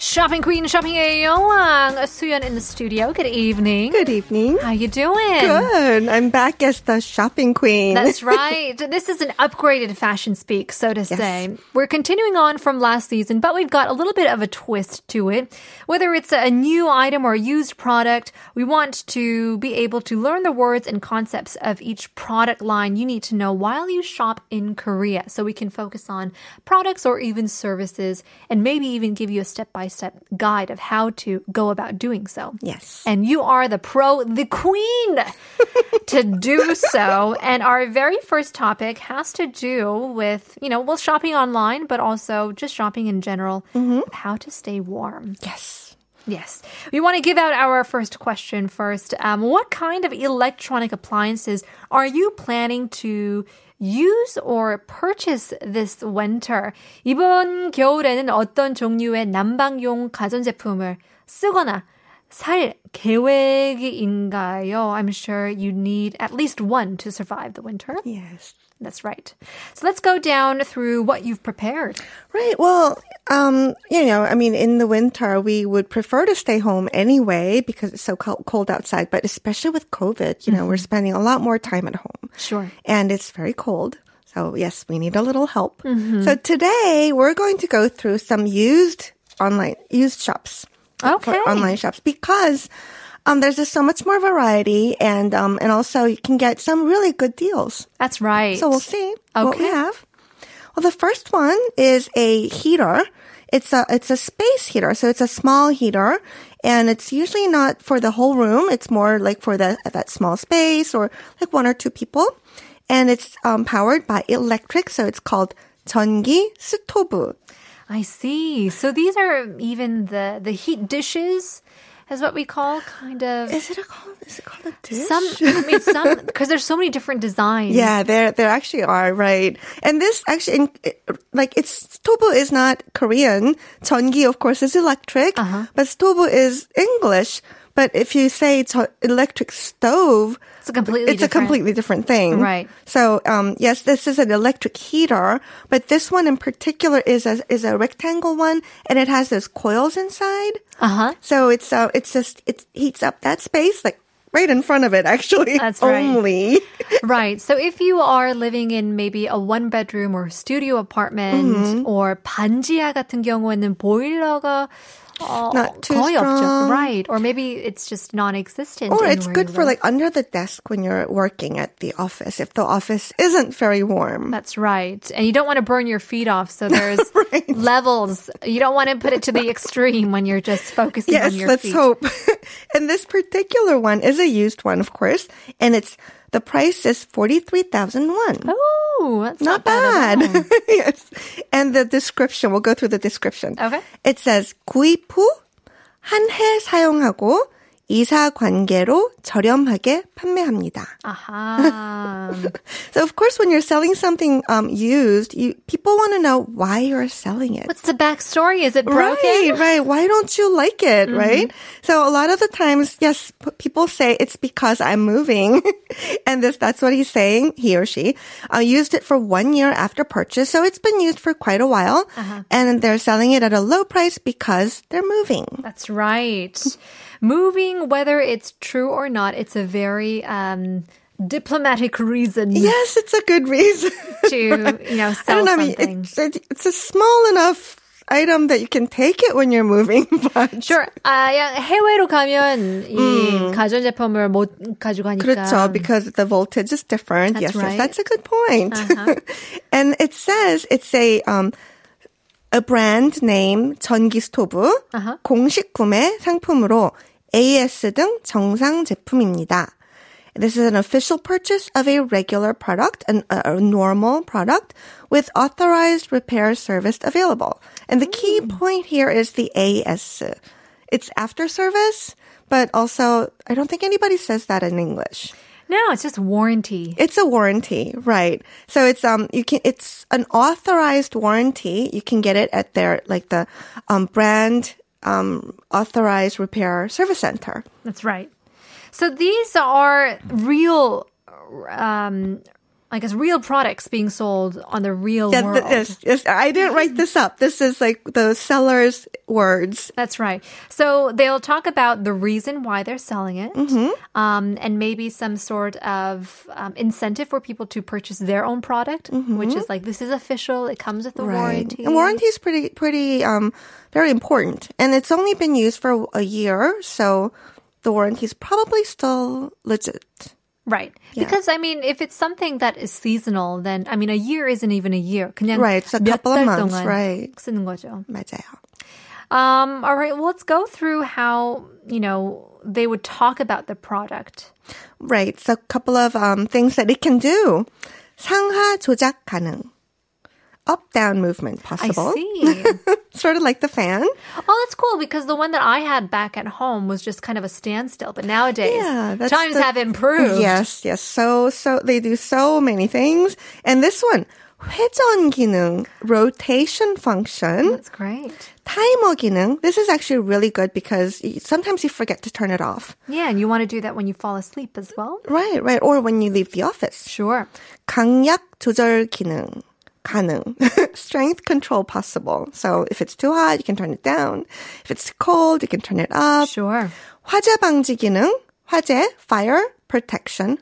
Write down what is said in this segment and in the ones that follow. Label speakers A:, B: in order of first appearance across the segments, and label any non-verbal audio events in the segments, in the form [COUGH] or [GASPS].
A: Shopping Queen, Shopping Yeong, Suyeon in the studio. Good evening.
B: Good evening.
A: How you doing?
B: Good. I'm back as the shopping queen.
A: That's right. This is an upgraded fashion speak, so to say. We're continuing on from last season, but we've got a little bit of a twist to it. Whether it's a new item or a used product, we want to be able to learn the words and concepts of each product line you need to know while you shop in Korea. So we can focus on products or even services and maybe even give you a step by step guide of how to go about doing so.
B: Yes.
A: And you are the pro, the queen to do so. And our very first topic has to do with, you know, well, shopping online, but also just shopping in general, how to stay warm.
B: yes.
A: Yes. We want to give out our first question first. Um, what kind of electronic appliances are you planning to use or purchase this winter? 이번 겨울에는 어떤 종류의 난방용 가전제품을 쓰거나 살 계획인가요? I'm sure you need at least one to survive the winter.
B: Yes.
A: That's right. So let's go down through what you've prepared.
B: Right. Well, um, you know, I mean, in the winter, we would prefer to stay home anyway because it's so cold, cold outside. But especially with COVID, you know, we're spending a lot more time at home.
A: Mm-hmm. Sure.
B: And it's very cold. So, yes, we need a little help.
A: Mm-hmm.
B: So, today we're going to go through some used online, used shops. Uh, for um,
A: Okay.
B: online shops because um, there's just so much more variety and um, and also you can get some really good deals.
A: That's right.
B: So we'll see what we
A: Okay.
B: have. Well, the first one is a heater. It's a it's a space heater, so it's a small heater, and it's usually not for the whole room. It's more like for the that small space or like one or two people, and it's um, powered by electric, so it's called 전기 스토브.
A: I see. So these are even the the heat dishes, is what we call kind of
B: Is it a called? Is it called a dish?
A: some. I mean, some
B: [LAUGHS]
A: because there's so many different designs.
B: Yeah, there there actually are right, and this actually in, like it's Tobu is not Korean. Jeongi, of course, is electric,
A: Uh-huh.
B: but Tobu is English. But if you say it's a electric stove,
A: It's a completely
B: it's
A: different-
B: a completely different thing,
A: Right.
B: So um, yes, this is an electric heater, but this one in particular is a is a rectangle one, and it has those coils inside.
A: Uh huh.
B: So it's uh, it's just it heats up that space like right in front of it [LAUGHS] actually
A: That's right.
B: only.
A: Right. So if you are living in maybe a one bedroom or studio apartment
B: Mm-hmm.
A: or 반지하 같은 경우에는 보일러가 어,
B: Not too
A: 거의 없죠.
B: strong.
A: Right. Or maybe it's just non-existent.
B: Or
A: in
B: it's
A: where
B: good
A: you
B: for
A: live.
B: like under the desk when you're working at the office if the office isn't very warm.
A: That's right. And you don't want to burn your feet off.
B: [LAUGHS]
A: So there's levels. You don't want to put it to the extreme when you're just focusing
B: yes,
A: on your
B: let's
A: feet.
B: hope. [LAUGHS] and this particular one is a used one, of course, and it's the price is 43,000 won.
A: Oh, that's not,
B: Not bad.
A: at all.
B: [LAUGHS] yes. And the description, we'll go through the description.
A: Okay.
B: It says 구입 후 한 해 사용하고 이사 관계로 저렴하게 판매합니다. [LAUGHS]
A: Aha.
B: So of course, when you're selling something um, used, you people want to know why you're selling it.
A: What's the backstory? Is it broken? Mm-hmm.
B: Right, right. Why don't you like it, right? So a lot of the times, yes, p- people say it's because I'm moving, [LAUGHS] and this that's what he's saying. He or she uh, used it for one year after purchase, so it's been used for quite a while,
A: Uh-huh.
B: and they're selling it at a low price because they're moving.
A: That's right. Moving, whether it's true or not, it's a very um, diplomatic reason
B: Yes, it's a good reason.
A: [LAUGHS]
B: [LAUGHS]
A: to you know
B: I
A: sell
B: don't know. I mean,
A: something.
B: it's, it's it's a small enough item that you can take it when you're moving, [LAUGHS] but
A: Sure. 아, 야, 해외로 가면 이 가전제품을 못 가지고 가니까.
B: 그렇죠, because the voltage is different.
A: That's
B: yes, yes,
A: right. Uh-huh.
B: that's a good point. [LAUGHS] and it says it's a um, a brand name 전기 스토브
A: Uh-huh.
B: 공식 구매 상품으로 AS 등 정상 제품입니다. This is an official purchase of a regular product, an, a, a normal product, with authorized repair service available. And the key
A: Mm.
B: point here is the AS. It's after service, but also, I don't think anybody says that in English.
A: No, it's just warranty.
B: It's a warranty, right? So it's um you can it's an authorized warranty. You can get it at their like the um brand um authorized repair service center.
A: That's right. So these are real um I guess real products being sold on the real
B: Yeah,
A: world.
B: th- yes, yes, I didn't write this up. This is like the seller's words.
A: That's right. So they'll talk about the reason why they're selling it,
B: Mm-hmm.
A: um, and maybe some sort of um, incentive for people to purchase their own product, which is like this is official. It comes with a warranty.
B: Mm-hmm. And warranty is pretty pretty um very important. And it's only been used for a year, so the warranty is probably still legit.
A: right? Because I mean, if it's something that is seasonal, then I mean, a year isn't even a year. 그냥
B: Right, it's a
A: 몇
B: couple
A: 달
B: of months,
A: 동안
B: right.
A: 쓰는 거죠.
B: 맞아요.
A: Um, all right. Well, let's go through how you know they would talk about the product.
B: Right. So a couple of um, things that it can do. 상하 조작 가능. Up down movement
A: I
B: possible.
A: see.
B: [LAUGHS] Sort of like the fan.
A: Oh, that's cool because the one that I had back at home was just kind of a standstill. But nowadays,
B: Yeah, that's
A: times
B: the-
A: have improved.
B: Yes, yes. So so they do so many things. And this one, 회전 기능, rotation function,
A: That's great.
B: timer 기능. This is actually really good because y- sometimes you forget to turn it off.
A: Yeah, and you want to do that when you fall asleep as well?
B: Right, right. Or when you leave the office.
A: Sure.
B: 강약 조절 기능 가능. [LAUGHS] Strength control possible. So if it's too hot, you can turn it down. If it's cold, you can turn it up.
A: Sure.
B: 화재 방지 기능, 화재, fire, protection,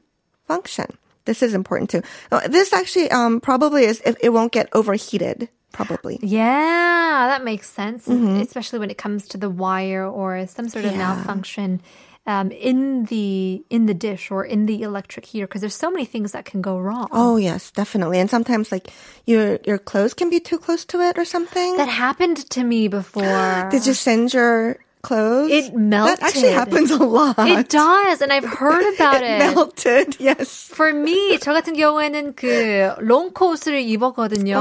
B: function. This is important too. Uh, This actually um, probably is, if it won't get overheated, probably.
A: Yeah, that makes sense, especially when it comes to the wire or some sort of
B: Mm-hmm. Yeah.
A: malfunction. Um, in the in the dish or in the electric heater because there's so many things that can go wrong
B: Oh yes, definitely. And sometimes like your your clothes can be too close to it or something.
A: that happened to me
B: [GASPS]
A: before
B: Did you send your clothes?
A: It
B: That actually
A: melted.
B: happens a lot. [LAUGHS]
A: it does and i've heard about it,
B: melted. [LAUGHS] Yes.
A: For me, 저 같은 경우에는 그 롱코스를 입었거든요.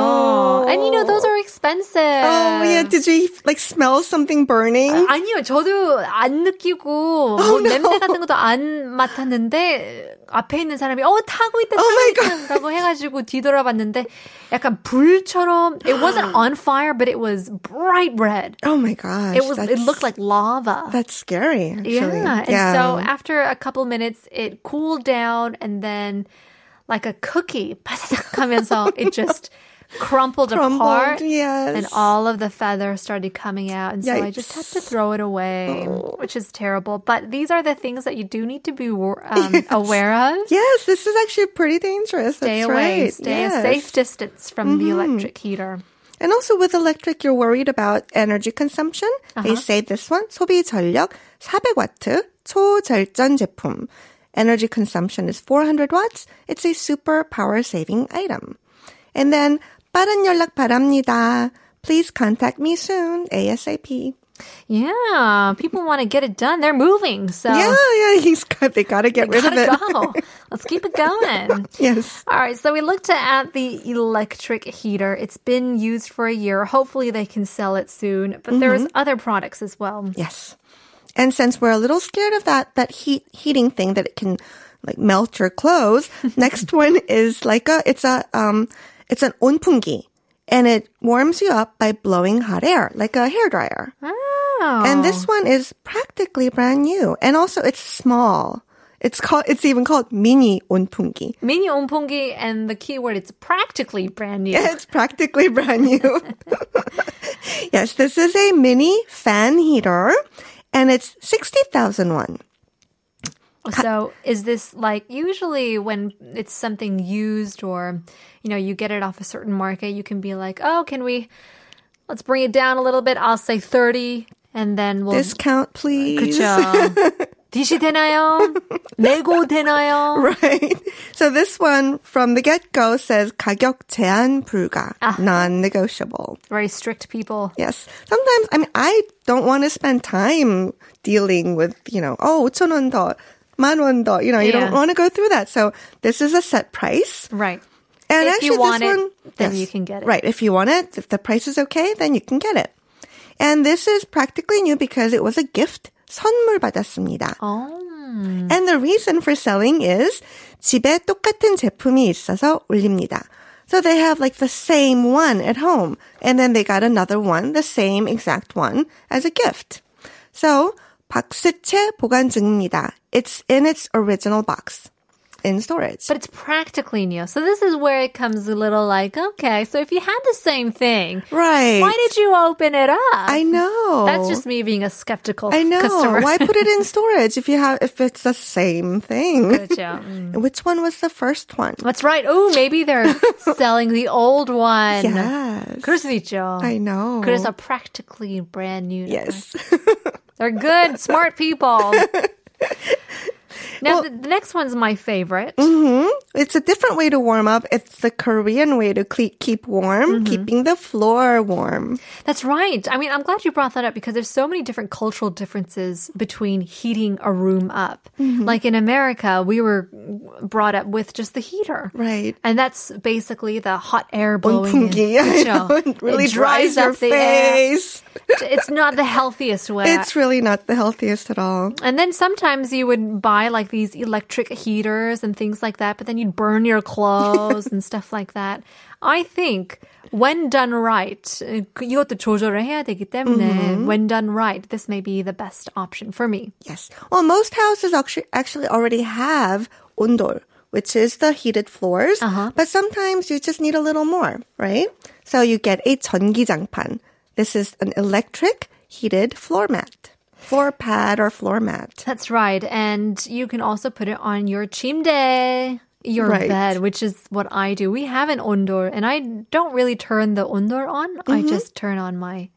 A: And you know, those are expensive.
B: Oh yeah, did you like smell something burning?
A: 아니요, 저도 안 느끼고 뭐 냄새 같은 것도 안 맡았는데 앞에 있는 사람이 어 타고 있다 타고
B: my
A: 있다라고 해가지고 뒤돌아봤는데 약간 불처럼 it wasn't on fire but it was bright red.
B: oh my gosh.
A: It was it
B: that's-
A: looked like lava.
B: that's scary. Actually.
A: Yeah. And so after a couple minutes, it cooled down and then like a cookie, [LAUGHS] 바삭 하면서 it just crumpled,
B: Crumbled,
A: apart.
B: yes.
A: And all of the feathers started coming out. And so I just had
B: Yikes. Oh.
A: to throw it away, which is terrible. But these are the things that you do need to be
B: [LAUGHS]
A: wor- um, aware of.
B: yes, this is actually pretty dangerous.
A: Stay
B: that's
A: away,
B: right.
A: stay
B: yes. Mm-hmm.
A: a safe distance from the electric heater.
B: And also with electric, you're worried about energy consumption.
A: Uh-huh.
B: They say this one 소비 전력 400와트 초절전 제품. Energy consumption is 400 watts. It's a super power saving item. And then 빠른 연락 바랍니다. Please contact me soon ASAP.
A: Yeah, people want to get it done. They're moving. So
B: Yeah, yeah, [LAUGHS] he's got, they got to get rid of
A: Oh. gotta
B: it.
A: go. Let's keep it going.
B: Yes.
A: All right, so we looked at the electric heater. It's been used for a year. Hopefully, they can sell it soon. But there's other products as well.
B: Yes. And since we're a little scared of that that heat heating thing that it can like melt your clothes, next one is like a it's a um it's an onpungi. And it warms you up by blowing hot air, like a hair dryer.
A: Oh,
B: And this one is practically brand new. And also it's small. It's called it's even called mini onpungi.
A: mini onpungi, and the keyword it's practically brand new.
B: [LAUGHS] It's practically brand new. [LAUGHS] yes, this is a mini fan heater and it's 60,000 won.
A: So, is this like usually when it's something used, or you know, you get it off a certain market, you can be like, oh, can we? Let's bring it down a little bit. I'll say thirty, and then we'll
B: Discount please.
A: 그쵸. DC 되나요? 내고 되나요?
B: [LAUGHS] Right. So this one from the get-go says 가격 제한 불가, non-negotiable.
A: Very strict people.
B: Yes. Sometimes, I mean, I don't want to spend time dealing with, you know, oh, 5천 원 더, 만 원 더, you know, you
A: Yeah.
B: don't want to go through that. So this is a set price.
A: Right.
B: And
A: If you
B: actually,
A: want
B: this
A: it,
B: one,
A: then you can get it.
B: Right. If you want it, if the price is okay, then you can get it. And this is practically new because it was a gift 선물 받았습니다.
A: Oh.
B: And the reason for selling is 집에 똑같은 제품이 있어서 올립니다. So they have like the same one at home. And then they got another one, the same exact one, as a gift. So, 박스채 보관 중입니다. It's in its original box. In storage.
A: But it's practically new. So this is where it comes a little like, okay, so if you had the same thing,
B: right.
A: why did you open it up?
B: I know.
A: That's just me being a skeptical
B: I know.
A: customer.
B: Why
A: [LAUGHS]
B: put it in storage if you have if it's the same thing?
A: Gotcha. Mm.
B: Which one was the first one?
A: That's right. Oh, maybe they're
B: [LAUGHS]
A: selling the old one.
B: Yes.
A: 그럴 수도 있죠.
B: I know.
A: 그래서 practically brand new.
B: Yes.
A: They're good, smart people. Now, the, the next one's my favorite.
B: [LAUGHS] Mm-hmm. It's a different way to warm up. It's the Korean way to cle- keep
A: Mm-hmm.
B: warm, keeping the floor warm.
A: That's right. I mean, I'm glad you brought that up because there's so many different cultural differences between heating a room up.
B: Mm-hmm.
A: Like in America, we were brought up with just the heater.
B: Right.
A: And that's basically the hot air blowing in.
B: [LAUGHS] 온풍기. I
A: 그쵸?
B: know, it really
A: It
B: dries, your
A: up the air.
B: face.
A: It's not the healthiest way.
B: It's really not the healthiest at all.
A: And then sometimes you would buy like these electric heaters and things like that, but then you'd burn your clothes
B: [LAUGHS]
A: and stuff like that. I think when done right, uh, 이것도 조절을 해야 되기 때문에
B: Mm-hmm.
A: when done right, this may be the best option for me.
B: Yes. Well, most houses actu- actually already have ondol, which is the heated floors. But sometimes you just need a little more, right? So you get a 전기장판. This is an electric heated floor mat, floor pad or floor mat.
A: That's right. And you can also put it on your chimde, your
B: Right.
A: bed, which is what I do. We have an ondor, and I don't really turn the ondor on. I
B: Mm-hmm.
A: just turn on my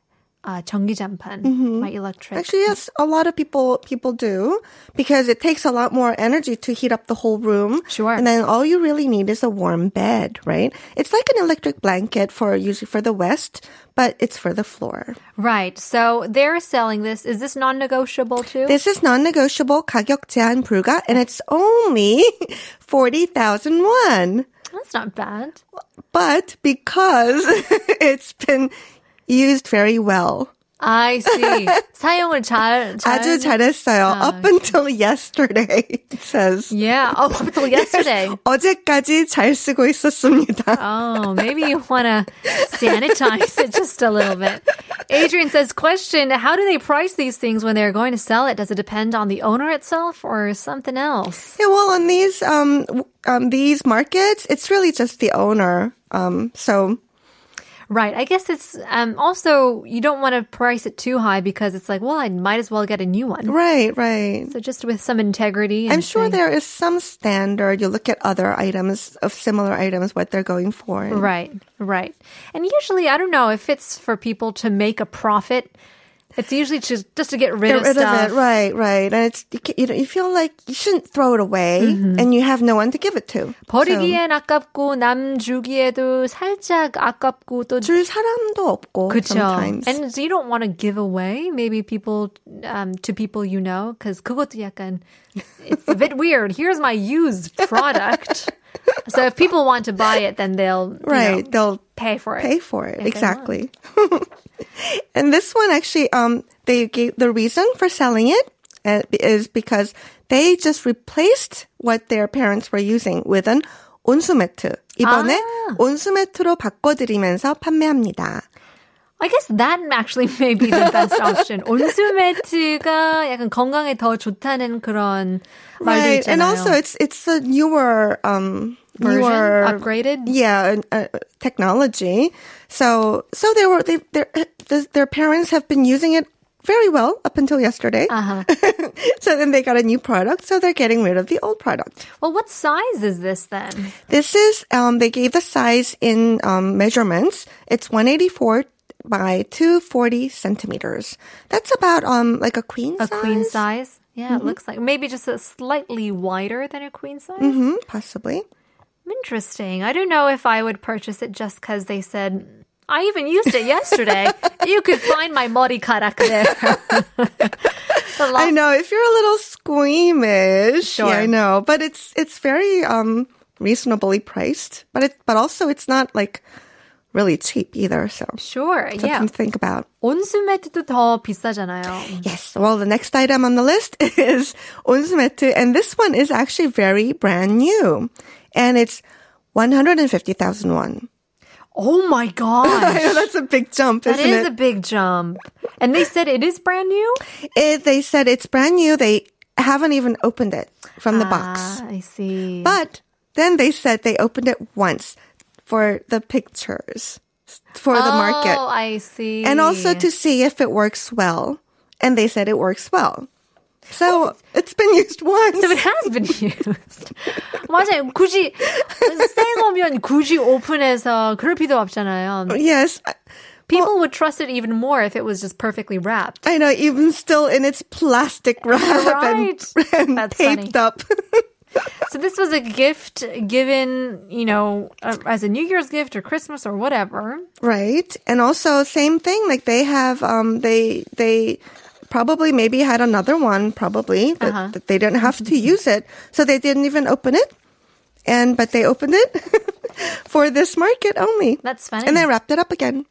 A: uh, 전기장판, my electric.
B: Actually, yes, a lot of people people do because it takes a lot more energy to heat up the whole room.
A: Sure.
B: And then all you really need is a warm bed, right? It's like an electric blanket for usually for the west, but it's for the floor.
A: Right. So they're selling this. Is this non-negotiable too?
B: This is non-negotiable 가격 제한 불가, and it's only [LAUGHS] forty thousand won.
A: That's not bad.
B: But because [LAUGHS] it's been used very well,
A: I see. [LAUGHS] 사용을 잘, 잘
B: 아주 잘했어요. Up until yesterday, [LAUGHS] it says.
A: Yeah. Oh, up until yesterday.
B: 어제까지 잘 쓰고 있었습니다.
A: Oh, maybe you want to sanitize it just a little bit. Adrian says, question, how do they price these things when they're going to sell it? Does it depend on the owner itself or something else?
B: Yeah, well, on these um, w- um these markets, it's really just the owner. Um, so
A: Right. I guess it's um, also, you don't want to price it too high because it's like, well, I might as well get a new one.
B: right, right.
A: So just with some integrity. And
B: I'm sure
A: saying-
B: there is some standard. You look at other items of similar items, what they're going for. and-
A: Right, right. And usually, I don't know if it's for people to make a profit. It's usually just just to get rid of
B: Get rid
A: stuff.
B: of it, right, right, and it's you, ca- you, know, you feel like you shouldn't throw it away, and you have no one to give it to.
A: Mm-hmm. 버리기엔 아깝고 남 주기에도 살짝 아깝고 또
B: 줄 사람도 없고
A: 그쵸.
B: sometimes.
A: And you don't want to give away maybe people um, to people you know because 그것도 약간 it's a bit [LAUGHS] weird. Here's my used
B: [LAUGHS]
A: product. so if people want to buy it, then they'll you
B: right,
A: know,
B: they'll
A: pay for it.
B: pay for it
A: if they
B: exactly. [LAUGHS] and this one actually, um, they gave the reason for selling it uh, is because they just replaced what their parents were using with an 온수매트. 이번에 온수매트로 바꿔드리면서 판매합니다.
A: I guess that actually [LAUGHS] may be the best option. 온수 매트가 약간 건강에 더 좋다는 그런 말도
B: Right, and
A: 있잖아요.
B: also it's it's a newer um
A: Version?
B: newer
A: Upgraded?
B: yeah uh, uh, technology. So so they were they their the, their parents have been using it very well up until yesterday. Uh-huh. [LAUGHS] so then they got a new product, so they're getting rid of the old product.
A: well, what size is this then?
B: This is um they gave the size in um measurements. It's 184 by 240 centimeters. That's about um like a queen
A: A
B: size. Mm-hmm.
A: queen size? Yeah, it looks like maybe just a slightly wider than a queen size.
B: Hmm, possibly.
A: Interesting. I don't know if I would purchase it just because they said I even used it
B: [LAUGHS]
A: yesterday. you could find my morikarak there. The
B: I know if you're a little squeamish.
A: Sure.
B: Yeah, I know, but it's it's very um reasonably priced, but it but also it's not like really cheap either. So
A: Sure,
B: something
A: yeah.
B: to think about.
A: 온수 매트도 더 비싸잖아요.
B: Yes. Well, the next item on the list [LAUGHS] is Onsumetu, and this one is actually very brand new, and it's 150,000 won. [LAUGHS]
A: Oh my gosh.
B: That's a big jump,
A: That
B: isn't
A: is a
B: it?
A: big jump. And they said it is brand new?
B: it? They said it's brand new. They haven't even opened it from the box.
A: Ah, I see.
B: But then they said they opened it once for the pictures for the market.
A: Oh, I see.
B: and also to see if it works well. And they said it works well. So it's been [LAUGHS] used once.
A: So it [LAUGHS] has been used. 맞아요. 굳이 생오면 굳이 오픈해서 그럴 필요 없잖아요.
B: yes, I-
A: People would trust it even more if it was just perfectly wrapped.
B: I know, even still in its plastic wrap
A: Right.
B: and, [LAUGHS] and
A: That's
B: taped
A: funny.
B: up. [LAUGHS]
A: So this was a gift given, you know, uh, as a New Year's gift or Christmas or whatever.
B: right. And also same thing, like they have um they they probably maybe had another one probably that,
A: Uh-huh.
B: that they didn't have to use it. So they didn't even open it. And but they opened it [LAUGHS] for this market only.
A: That's funny.
B: And they wrapped it up again.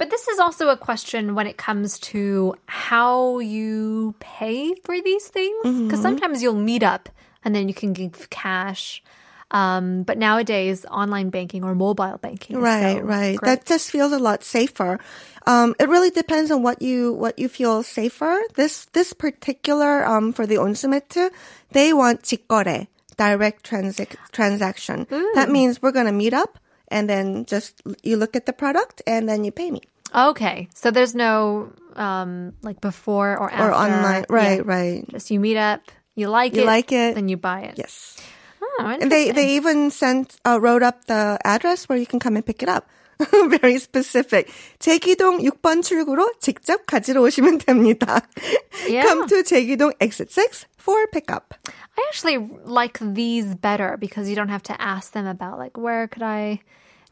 A: But this is also a question when it comes to how you pay for these things.
B: Mm-hmm.
A: Because sometimes you'll meet up and then you can give cash. Um, but nowadays, online banking or mobile banking. is
B: Right,
A: so
B: right.
A: great.
B: That just feels a lot safer. Um, it really depends on what you what you feel safer. This this particular um, for the onsumetu, they want 직거래, direct transac transaction.
A: Mm.
B: That means we're gonna meet up and then just l- you look at the product and then you pay me
A: Okay, so there's no um, like before or after
B: or online. Right,
A: Yeah.
B: right.
A: Just you meet up, you like
B: You
A: it,
B: like it.
A: then you buy it.
B: Yes.
A: Oh,
B: And they
A: interesting.
B: they even sent uh, wrote up the address where you can come and pick it up. [LAUGHS] Very specific. 제기동 6번 출구로 직접 가지러 오시면 됩니다. [LAUGHS]
A: Yeah.
B: Come to 제기동 exit 6 for pickup.
A: I actually like these better because you don't have to ask them about like where could I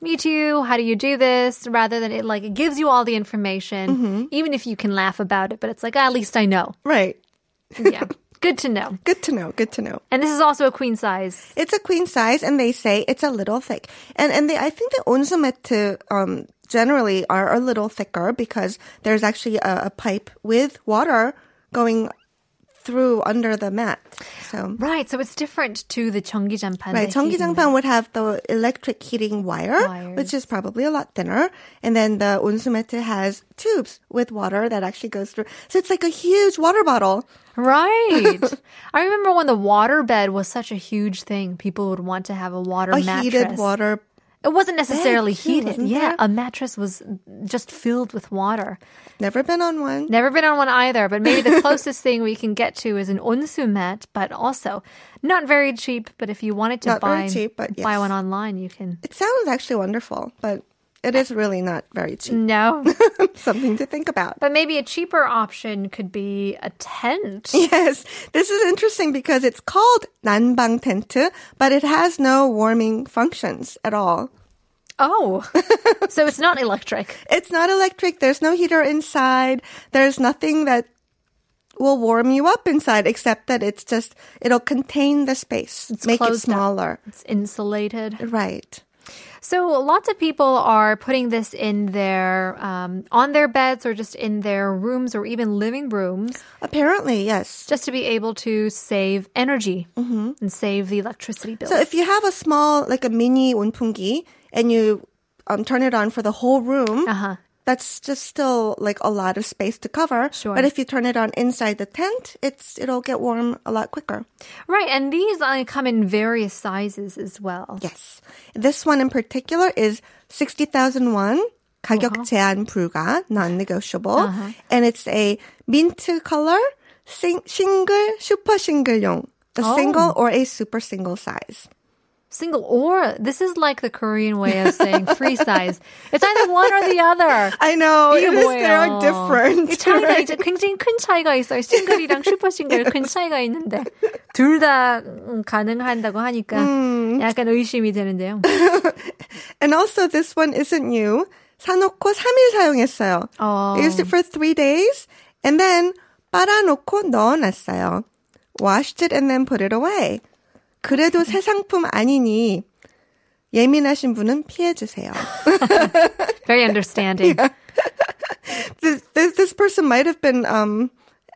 A: meet you, how do you do this, rather than it like it gives you all the information, even if you can laugh about it. But it's like at least I know.
B: Right.
A: [LAUGHS] Yeah, [LAUGHS] good to know.
B: Good to know. Good to know.
A: And this is also a queen size.
B: It's a queen size, and they say it's a little thick. And and they, I think the onsumetu um, generally are a little thicker because there's actually a, a pipe with water going through under the mat. So
A: Right, so it's different to the 전기장판.
B: Right,
A: the
B: 전기장판 would have the electric heating wire, which is probably a lot thinner, and then the unsumete has tubes with water that actually goes through. So it's like a huge water bottle.
A: Right. [LAUGHS] I remember when the water bed was such a huge thing. People would want to have a water
B: A
A: mattress.
B: heated water.
A: It wasn't necessarily
B: too,
A: heated.
B: wasn't
A: yeah,
B: there?
A: a mattress was just filled with water.
B: Never been on one.
A: Never been on one either, but maybe the closest thing we can get to is an onsu mat, but also not very cheap. But if you wanted to
B: Not
A: buy,
B: very cheap, but
A: buy
B: yes.
A: one online, you can.
B: It sounds actually wonderful, but it is really not very cheap. [LAUGHS]
A: No,
B: Something to think about.
A: but maybe a cheaper option could be a
B: [LAUGHS]
A: tent.
B: Yes, this is interesting because it's called 난방 텐트, but it has no warming functions at all. [LAUGHS]
A: Oh, so it's not electric.
B: It's not electric. There's no heater inside. There's nothing that will warm you up inside except that it's just it'll contain the space, make it
A: closed up.
B: smaller.
A: It's insulated.
B: Right.
A: So lots of people are putting this in their um, on their beds or just in their rooms or even living rooms,
B: Apparently, yes.
A: just to be able to save energy and save the electricity bill.
B: Mm-hmm. So if you have a small like a mini unpungi and you um, turn it on for the whole room,
A: Uh-huh.
B: that's just still like a lot of space to cover.
A: Sure.
B: But if you turn it on inside the tent, it's it'll get warm a lot quicker.
A: Right, and these uh, come in various sizes as well.
B: Yes. This one in particular is 60,000 won. 가격 제한 불가, non-negotiable. And it's a mint color, sing- single, super single용. A
A: Oh.
B: single or a super single size.
A: Single or this is like the Korean way of
B: [LAUGHS]
A: saying free size. It's either one or the other.
B: I know.
A: 이게
B: It is,
A: 뭐예요?
B: they are different.
A: 이 차이가
B: [LAUGHS] right?
A: 이제 굉장히 큰 차이가 있어요. 싱글이랑 슈퍼 싱글 큰 차이가 있는데 둘 다 가능한다고 하니까 약간 의심이 되는데요.
B: And also this one isn't new. 사놓고 3일 사용했어요.
A: 어.
B: They used it for three days. And then 빨아놓고 넣어놨어요. Washed it and then put it away. 그래도 새 상품 아니니 예민하신 분은 피해주세요.
A: Very understanding.
B: [LAUGHS] Yeah. [LAUGHS] this, this, this person might have been um,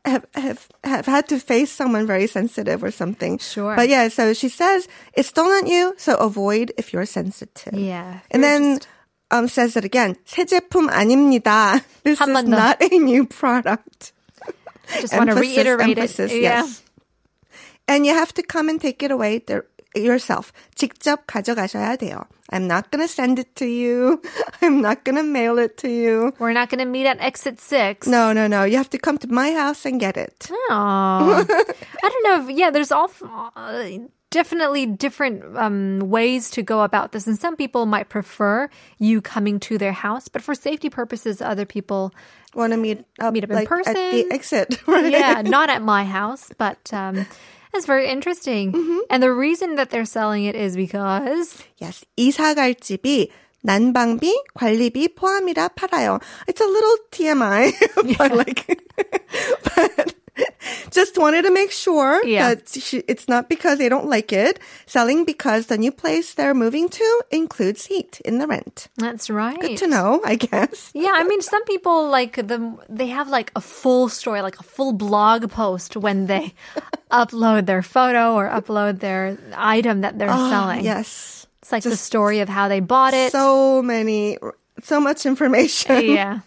B: have, have have had to face someone very sensitive or something.
A: Sure.
B: But yeah, so she says it's stolen at you, so avoid if you're sensitive.
A: Yeah,
B: And
A: very
B: then
A: just-
B: um says it again. 새 제품 아닙니다. [LAUGHS] This
A: 한번
B: is
A: 더.
B: not a new product.
A: Just want to
B: emphasis,
A: reiterate
B: emphasis,
A: it. Yeah.
B: yes. And you have to come and take it away there yourself. 직접 가져가셔야 돼요. I'm not gonna send it to you. [LAUGHS] I'm not gonna mail it to you.
A: We're not going to meet at exit six.
B: No, no, no. You have to come to my house and get it.
A: Aw.
B: [LAUGHS]
A: I don't know. If, yeah, there's all uh, definitely different um, ways to go about this, and some people might prefer you coming to their house, but for safety purposes, other people,
B: Want to meet up,
A: Meet up in
B: like, at the
A: person.
B: exit, [LAUGHS] right?
A: yeah, not at my house, but. Um, that's very interesting.
B: Mm-hmm.
A: And the reason that they're selling it is because
B: Yes, 이사 갈 집이 난방비, 관리비 포함이라 팔아요. It's a little TMI, [LAUGHS] but like, but just wanted to make sure
A: Yeah.
B: that she, it's not because they don't like it. Selling because the new place they're moving to includes heat in the rent.
A: that's right.
B: Good to know, I guess.
A: Yeah, I mean, some people like the they have like a full story, like a full blog post when
B: [LAUGHS]
A: they upload their photo or upload their item that they're
B: Ah,
A: selling.
B: Yes,
A: it's like the story of how they bought it.
B: so many, so much information.
A: [LAUGHS] yeah.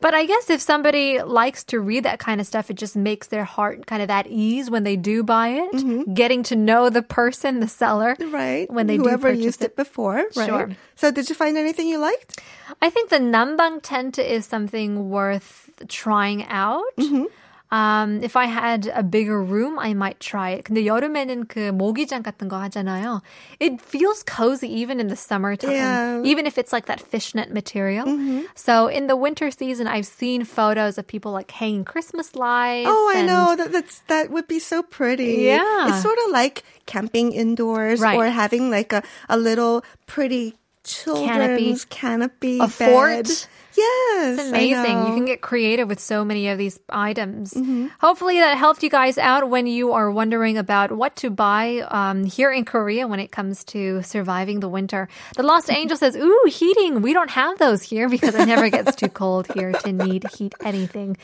A: But I guess if somebody likes to read that kind of stuff, it just makes their heart kind of at ease when they do buy it. Getting to know the person, the seller,
B: [LAUGHS] Right.
A: When they do
B: Whoever
A: purchase
B: used it, before, right?
A: Sure.
B: So did you find anything you liked?
A: I think the nambang tent is something worth trying out.
B: Mm-hmm.
A: Um, if I had a bigger room, I might try it. 근데 여름에는 그 모기장 같은 거 하잖아요. It feels cozy even in the summertime,
B: Yeah. Mm-hmm.
A: even if it's like that fishnet material. So in the winter season, I've seen photos of people like hanging Christmas lights.
B: Oh, I
A: and-
B: know that that's that would be so pretty.
A: Yeah.
B: it's sort of like camping indoors
A: Right.
B: or having like a a little pretty children's canopy,
A: A
B: bed.
A: fort.
B: Yes,
A: It's
B: I
A: amazing. You
B: know. Mm-hmm.
A: can get creative with so many of these items. Hopefully, that helped you guys out when you are wondering about what to buy um, here in Korea when it comes to surviving the winter. The
B: [LAUGHS]
A: Lost Angel says, Ooh, heating. We don't have those here because it never gets too cold here to need heat anything.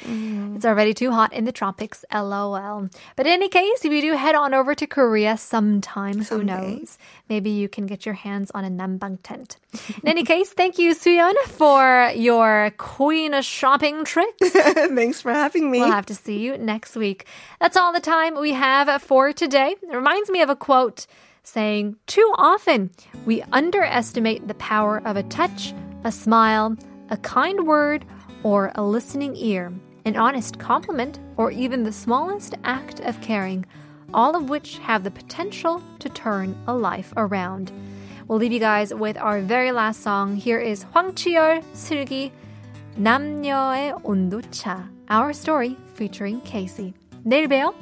A: It's already too hot in the tropics, lol. But in any case, if you do head on over to Korea sometime, who knows? Maybe you can get your hands on a nambang tent. In any [LAUGHS] case, thank you, Suyeon, for your queen of shopping tricks.
B: [LAUGHS] Thanks for having me.
A: We'll have to see you next week. That's all the time we have for today. It reminds me of a quote saying, Too often we underestimate the power of a touch, a smile, a kind word, or a listening ear, an honest compliment, or even the smallest act of caring, all of which have the potential to turn a life around. We'll leave you guys with our very last song. Here is Hwang Chiyeol, Silgi. 남녀의 온도차 Our Story featuring Casey 내일 봬요